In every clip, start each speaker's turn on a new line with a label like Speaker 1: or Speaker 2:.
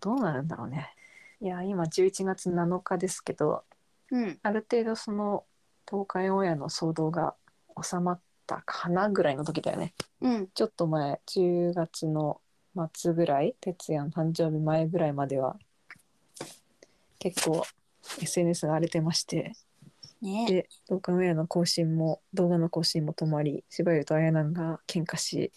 Speaker 1: どうなるんだろうね。いや今11月7日ですけど
Speaker 2: うん。
Speaker 1: ある程度その東海オンエアの騒動が収まったかなぐらいの時だよね。
Speaker 2: うん。
Speaker 1: ちょっと前10月の末ぐらい哲也の誕生日前ぐらいまでは結構 SNS が荒れてまして
Speaker 2: ね
Speaker 1: で動画ウェアの更新も動画の更新も止まり柴生と綾南が喧嘩 し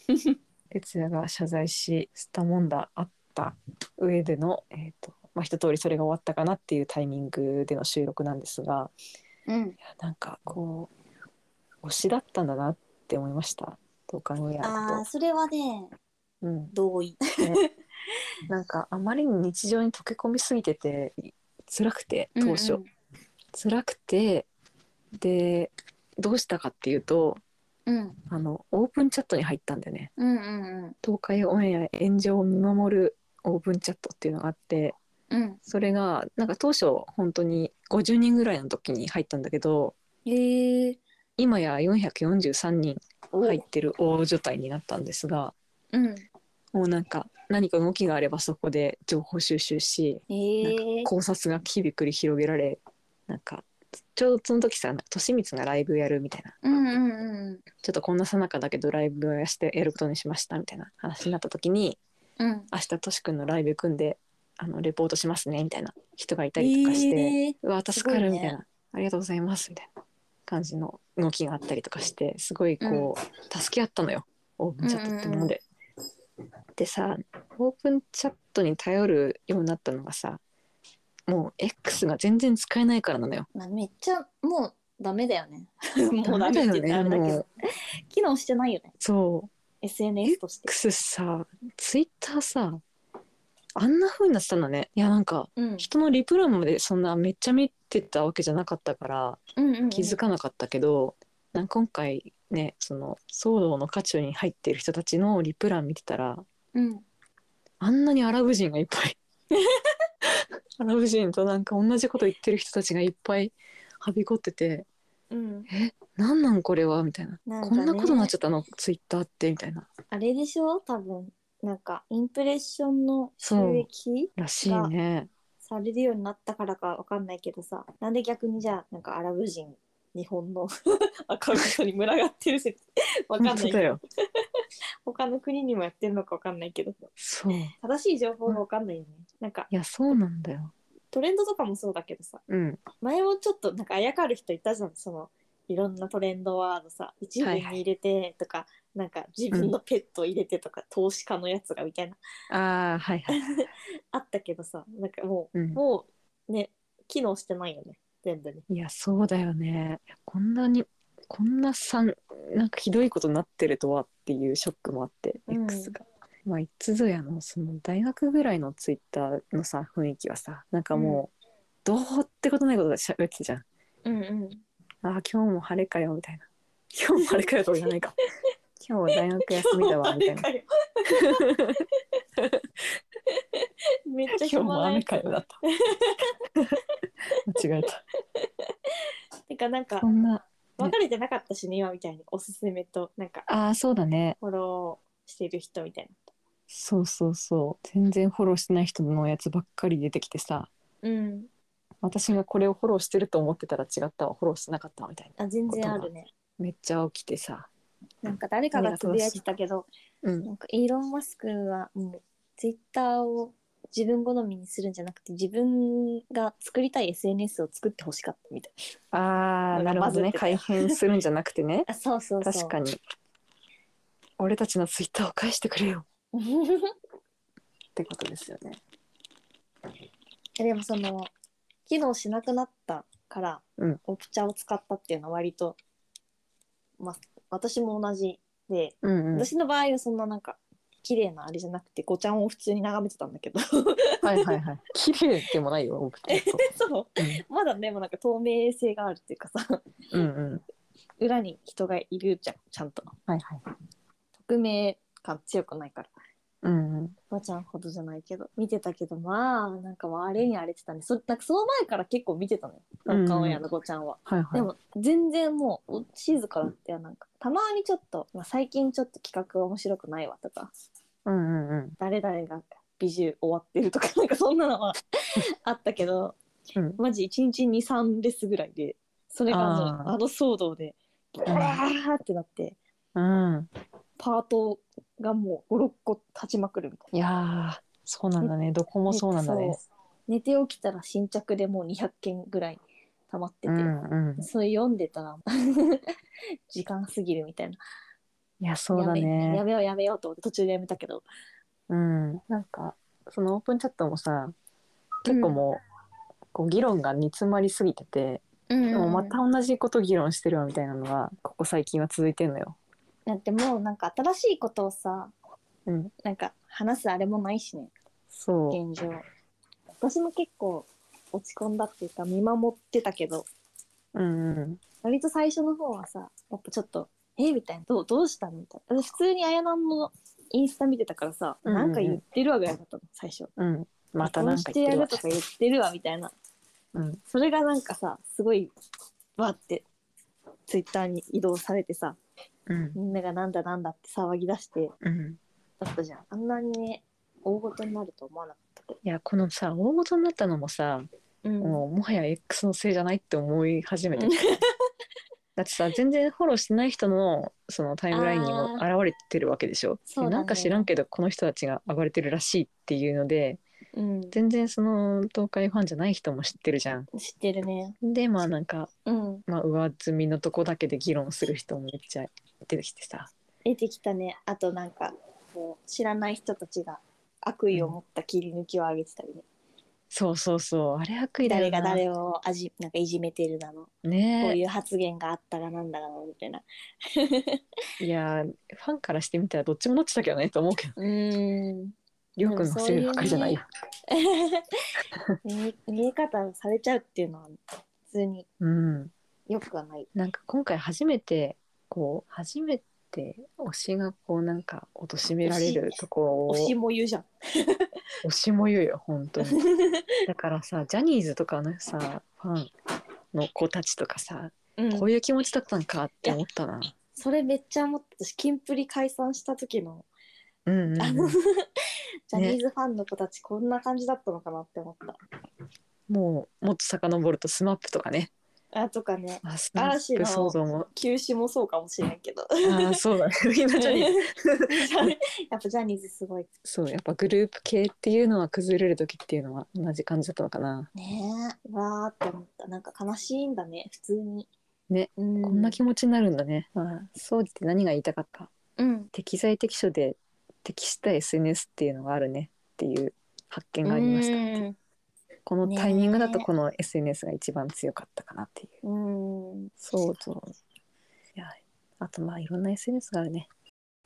Speaker 1: 哲也が謝罪しスタモンダあった上での、えーとまあ、一通りそれが終わったかなっていうタイミングでの収録なんですが
Speaker 2: うん
Speaker 1: い。やなんかこう推しだったんだなって思いました動画ウェ
Speaker 2: あ
Speaker 1: ア
Speaker 2: あ、
Speaker 1: と。
Speaker 2: それはね、
Speaker 1: うん
Speaker 2: 同意。
Speaker 1: なんかあまりに日常に溶け込みすぎててい辛くて当初、
Speaker 2: うん
Speaker 1: 辛くてでどうしたかっていうと
Speaker 2: うん。
Speaker 1: あのオープンチャットに入ったんだよね
Speaker 2: うんうんうん。
Speaker 1: 東海オンエア炎上を見守るオープンチャットっていうのがあって
Speaker 2: うん。
Speaker 1: それがなんか当初本当に50人ぐらいの時に入ったんだけど
Speaker 2: ええ。
Speaker 1: 今や443人
Speaker 2: お
Speaker 1: 入ってる大所帯になったんですが
Speaker 2: うん。
Speaker 1: もうなんか何か動きがあればそこで情報収集し
Speaker 2: ええ。
Speaker 1: 考察が日々繰り広げられなんかちょうどその時さとしみつがライブやるみたいな
Speaker 2: うんうんうん。
Speaker 1: ちょっとこんなさなかだけどライブをしてやることにしましたみたいな話になった時に
Speaker 2: うん。
Speaker 1: 明日としくんのライブ組んであのレポートしますねみたいな人がいたりとかして、
Speaker 2: ええ
Speaker 1: うわ助か
Speaker 2: すごい
Speaker 1: る
Speaker 2: ね
Speaker 1: みたいな、ありがとうございますみたいな感じの動きがあったりとかしてすごいこう、助け合ったのよオープンチャットってもので。でさオープンチャットに頼るようになったのがさもう X が全然使えないからなのよ。
Speaker 2: まあめっちゃもうダメだよね。 もうダメ
Speaker 1: ダ
Speaker 2: っ
Speaker 1: メ
Speaker 2: て言っ
Speaker 1: だよね
Speaker 2: たらあれだけ
Speaker 1: も
Speaker 2: ど
Speaker 1: う。
Speaker 2: 機能してないよね。
Speaker 1: そう
Speaker 2: SNS として。
Speaker 1: X さツイッターさあんな風になってたんだね。いやなんか
Speaker 2: うん。
Speaker 1: 人のリプランまでそんなめっちゃ見てたわけじゃなかったから
Speaker 2: うんうんうん。
Speaker 1: 気づかなかったけど、なんか今回ねその騒動の渦中に入っている人たちのリプラン見てたら
Speaker 2: うん。
Speaker 1: あんなにアラブ人がいっぱ いアラブ人となんか同じこと言ってる人たちがいっぱいはびこってて
Speaker 2: うん。
Speaker 1: 「えなんなんこれは?」みたいな
Speaker 2: なんか
Speaker 1: こ
Speaker 2: ね
Speaker 1: んなことになっちゃったのツイッターって」みたいな
Speaker 2: あれでしょ多分なんかインプレッションの収益
Speaker 1: らしいね。
Speaker 2: されるようになったからかわかんないけどさなんで逆にじゃあなんかアラブ人日本の アカウントに群がってる説わかんな
Speaker 1: 本
Speaker 2: い
Speaker 1: 当
Speaker 2: け
Speaker 1: だ
Speaker 2: ど
Speaker 1: よ。
Speaker 2: 他の国にもやってるのかわかんないけど
Speaker 1: そう。い
Speaker 2: 正しい情報がわかんないよねなんか
Speaker 1: やそうなんだよ。
Speaker 2: トレンドとかもそうだけどさ
Speaker 1: うん。
Speaker 2: 前もちょっとなんかあやかる人いたじゃんそのいろんなトレンドワードさ一部に入れてとか、なんか自分のペット入れてとか、投資家のやつがみたいな
Speaker 1: ああはいはい。
Speaker 2: あったけどさなんかもう
Speaker 1: うん、
Speaker 2: もうね、機能してないよね、全部ね。
Speaker 1: いやそうだよねいやこんなにこんなさんなんかひどいことになってるとはっていうショックもあって、
Speaker 2: うん
Speaker 1: X が。まあいつぞやのその大学ぐらいのツイッターのさ雰囲気はさなんかもう、どうってことないことでしゃべってたじゃん。
Speaker 2: うんうん。
Speaker 1: あー今日も晴れかよみたいな。 今日も晴れかよとかじゃ ないか。今日は大学休みだわみたいな。
Speaker 2: めっちゃ
Speaker 1: 今日も
Speaker 2: 暇な
Speaker 1: 雨
Speaker 2: い。
Speaker 1: かよだった。 間違えた。
Speaker 2: てかなんか
Speaker 1: そ、んな
Speaker 2: 別れてなかったしね、今みたいにおすすめと、なんか、
Speaker 1: ああそうだね。
Speaker 2: フォローしてる人みたい
Speaker 1: そうそうそう全然フォローしてない人のやつばっかり出てきてさ
Speaker 2: な。うん。
Speaker 1: 私がこれをフォローしてると思ってたら違ったわフォローしてなかったわみたいな
Speaker 2: あ、全然あるね。
Speaker 1: めっちゃ起きてさ
Speaker 2: なんか誰かがつぶやいてたけど、
Speaker 1: うん
Speaker 2: なんかイーロン・マスクはもう、ツイッターを自分好みにするんじゃなくて、自分が作りたい SNS を作ってほしかったみたい
Speaker 1: あ
Speaker 2: な
Speaker 1: あ
Speaker 2: んか
Speaker 1: なるほどね
Speaker 2: 混ぜてた
Speaker 1: 改
Speaker 2: よ
Speaker 1: 変するんじゃなくてね
Speaker 2: な。あ、そう そうそう。
Speaker 1: 確かに俺たちのツイッターを返してくれよ
Speaker 2: に。
Speaker 1: ってことですよね
Speaker 2: えでもその機能しなくなったから、
Speaker 1: うん
Speaker 2: オプチャを使ったっていうのは割と、まあ、私も同じで、
Speaker 1: うんうん
Speaker 2: 私の場合はそんななんか綺麗なあれじゃなくてごちゃんを普通に眺めてたんだけど
Speaker 1: はいはいはい綺麗でもないよ僕ちょっと
Speaker 2: そう
Speaker 1: うん
Speaker 2: まだでもなんか透明性があるっていうかさ
Speaker 1: うんうん
Speaker 2: 裏に人がいるじゃんちゃんと
Speaker 1: はいはい
Speaker 2: 匿名感強くないから
Speaker 1: うんうん
Speaker 2: ごちゃんほどじゃないけど見てたけどまあなんかあれにあれてたねそなんかその前から結構見てたのよ
Speaker 1: うん
Speaker 2: 顔やのごちゃんは。
Speaker 1: はいはい
Speaker 2: でも全然もう静かだったよなんかたまにちょっと、まあ、最近ちょっと企画面白くないわとか
Speaker 1: うんうんうん
Speaker 2: 誰々がビジュ終わってるとか なんかそん なのはあったけど
Speaker 1: うん
Speaker 2: マジ1日23レスぐらいでそれがあの
Speaker 1: あー
Speaker 2: あの騒動でブワーってなって
Speaker 1: うん、
Speaker 2: パートがもう56個立ちまくるみたい
Speaker 1: いやーそうなんだねどこ
Speaker 2: な。
Speaker 1: もそうなんだね。
Speaker 2: そう寝て起きたら新着でもう200件ぐらい溜まって
Speaker 1: う
Speaker 2: て、
Speaker 1: んうん、
Speaker 2: それ読んでたら 時間過ぎるみたいな。
Speaker 1: いやそうだ
Speaker 2: やめや
Speaker 1: ね、
Speaker 2: めようやめようと思って途中でやめたけど。
Speaker 1: うん、なんかそのオープンチャットもさ結構もう,、こう議論が煮詰まりすぎてて
Speaker 2: うん
Speaker 1: でもまた同じこと議論してるわみたいなのがここ最近は続いてるのよ。
Speaker 2: だってもうなんか新しいことをさ
Speaker 1: うん、
Speaker 2: なんか話すあれもないしね
Speaker 1: そう
Speaker 2: 現状私も結構落ち込んだっていうか見守ってたけど
Speaker 1: うんうん
Speaker 2: 割と最初の方はさやっぱちょっと「えみたいな「どうどうしたの?」みたいな私普通にあやなんのインスタ見てたからさ「
Speaker 1: うんうん
Speaker 2: なんか言ってるわ」ぐらいだったの最初
Speaker 1: うんまたなんか
Speaker 2: 言
Speaker 1: 言
Speaker 2: っ
Speaker 1: ってて
Speaker 2: や
Speaker 1: る
Speaker 2: る
Speaker 1: わ
Speaker 2: とか言ってるわみたいな
Speaker 1: うん
Speaker 2: それがなんかさすごいわーってツイッターに移動されてさ
Speaker 1: うん
Speaker 2: みんながなんだなんだって騒ぎ出して
Speaker 1: うん
Speaker 2: だったじゃんあんなにね大事になると思わなかったけど
Speaker 1: いやこのさ大事になったのもさ、
Speaker 2: うん
Speaker 1: もうもはや X のせいじゃないって思い始 めてきただってさ全然フォローしてない人のそのタイムラインにも現れてるわけでしょ
Speaker 2: そうだね
Speaker 1: でなんか知らんけどこの人たちが暴れてるらしいっていうので
Speaker 2: うん、知
Speaker 1: 全然その東海ファンじゃない人も知ってるじゃん。
Speaker 2: ってるね
Speaker 1: でまあなんか、
Speaker 2: うん
Speaker 1: まあ、上積みのとこだけで議論する人もめっちゃ出てきてさ。
Speaker 2: 出てきたねあとなんかこう知らない人たちが悪意を持った切り抜きを上げてたりね、
Speaker 1: そうそうそうあれ悪意だ
Speaker 2: 誰
Speaker 1: よな
Speaker 2: が誰をあじなんかいじめてるだの、こう
Speaker 1: ね
Speaker 2: いう発言があったらなんだろうみたいな
Speaker 1: えいやファンからしてみたらどっちもどっちだけどねと思うけど
Speaker 2: うーん
Speaker 1: りょうくんのせいばっかりじゃないよ。
Speaker 2: 見見え方されちゃうっていうのは普通に
Speaker 1: うん、
Speaker 2: よくはない
Speaker 1: なんか今回初めてこう初めて推しがこうなんか貶められるとこを
Speaker 2: 推しも言うじゃん
Speaker 1: 推しも言うよ本当にだからさジャニーズとかのさファンの子たちとかさ、
Speaker 2: うん
Speaker 1: こういう気持ちだったんかって思ったな。
Speaker 2: それめっちゃ思ったしキンプリ解散した時の
Speaker 1: うんうんうん
Speaker 2: あの ジャニーズファンの子たちこんな感じだったのかなって思った。
Speaker 1: もうもっと遡るとスマップとかね、
Speaker 2: あとかね
Speaker 1: まあ、スマ
Speaker 2: 嵐
Speaker 1: ッ
Speaker 2: の
Speaker 1: プ想像も
Speaker 2: 休止もそうかもしれんけど。
Speaker 1: あーそう だねみんなジャニーズ
Speaker 2: やっぱジャニーズすごい
Speaker 1: そうやっぱグループ系っていうのは崩れる時っていうのは同じ感じだったのかな、
Speaker 2: ねえわーって思ったなんか悲しいんだね普通に。
Speaker 1: ね
Speaker 2: うん
Speaker 1: こんな気持ちになるんだね、まあ、そうって何が言いたかった
Speaker 2: うん
Speaker 1: 適材適所で適した SNS っていうのがあるねっていう発見がありました。
Speaker 2: うん
Speaker 1: このタイミングだとこの SNS が一番強かったかなっていう。
Speaker 2: うん
Speaker 1: そうそう。いやあとまあいろんな SNS があるね。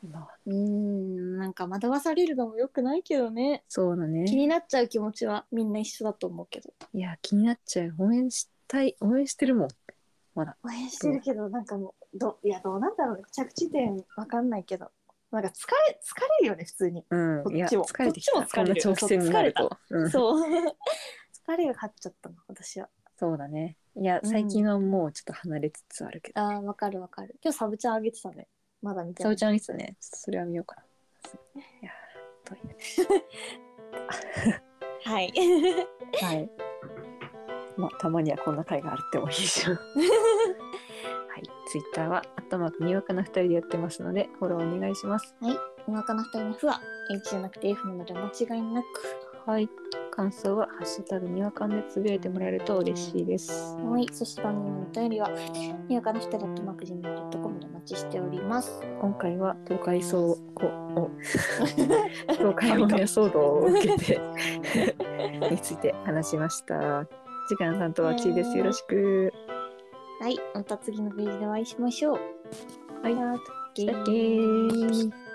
Speaker 1: 今は
Speaker 2: うんなんか惑わされるのもよくないけどね
Speaker 1: そうだ
Speaker 2: 気
Speaker 1: ね。
Speaker 2: になっちゃう気持ちはみんな一緒だと思うけど
Speaker 1: いや気になっちゃう。応援したい応援してるもん。
Speaker 2: 応援してるけどなんかもうどいやどうなんだろうね着地点わかんないけどなんか疲れ疲れるよね普通に、
Speaker 1: うん。いや
Speaker 2: こっちも
Speaker 1: 疲れてきた。
Speaker 2: こっちも疲れる
Speaker 1: こんな長期戦になると。うん
Speaker 2: そう 疲れが勝っちゃったの私は
Speaker 1: そうだね。いや
Speaker 2: うん
Speaker 1: 最近はもうちょっと離れつつあるけど。
Speaker 2: あーわかるわかる今日サブちゃんあげてたねまだ見て
Speaker 1: さ
Speaker 2: な
Speaker 1: お
Speaker 2: い
Speaker 1: ちゃんいつね。それは見ようかな。いやという。
Speaker 2: はい
Speaker 1: はい。まあ、たまにはこんな回があるってもいいでしょう。はい、ツイッターは、あとまくにわかな二人でやってますので、フォローお願いします。
Speaker 2: お腹の二人のふは H じゃなくて F なので間違いなく
Speaker 1: はい、感想はハッシュタグにわかんでつぶやいてもらえると嬉しいです。
Speaker 2: はいそして番組のお便りはにわかの二人だとマクジンドットコムでお待ちしております
Speaker 1: 今回は東海総こを東海オンエア騒動を受けてについて話しました。時間さんとはちいです。よろしく。
Speaker 2: はいまた次のページでお会いしましょう
Speaker 1: はい、
Speaker 2: さっき
Speaker 1: だけー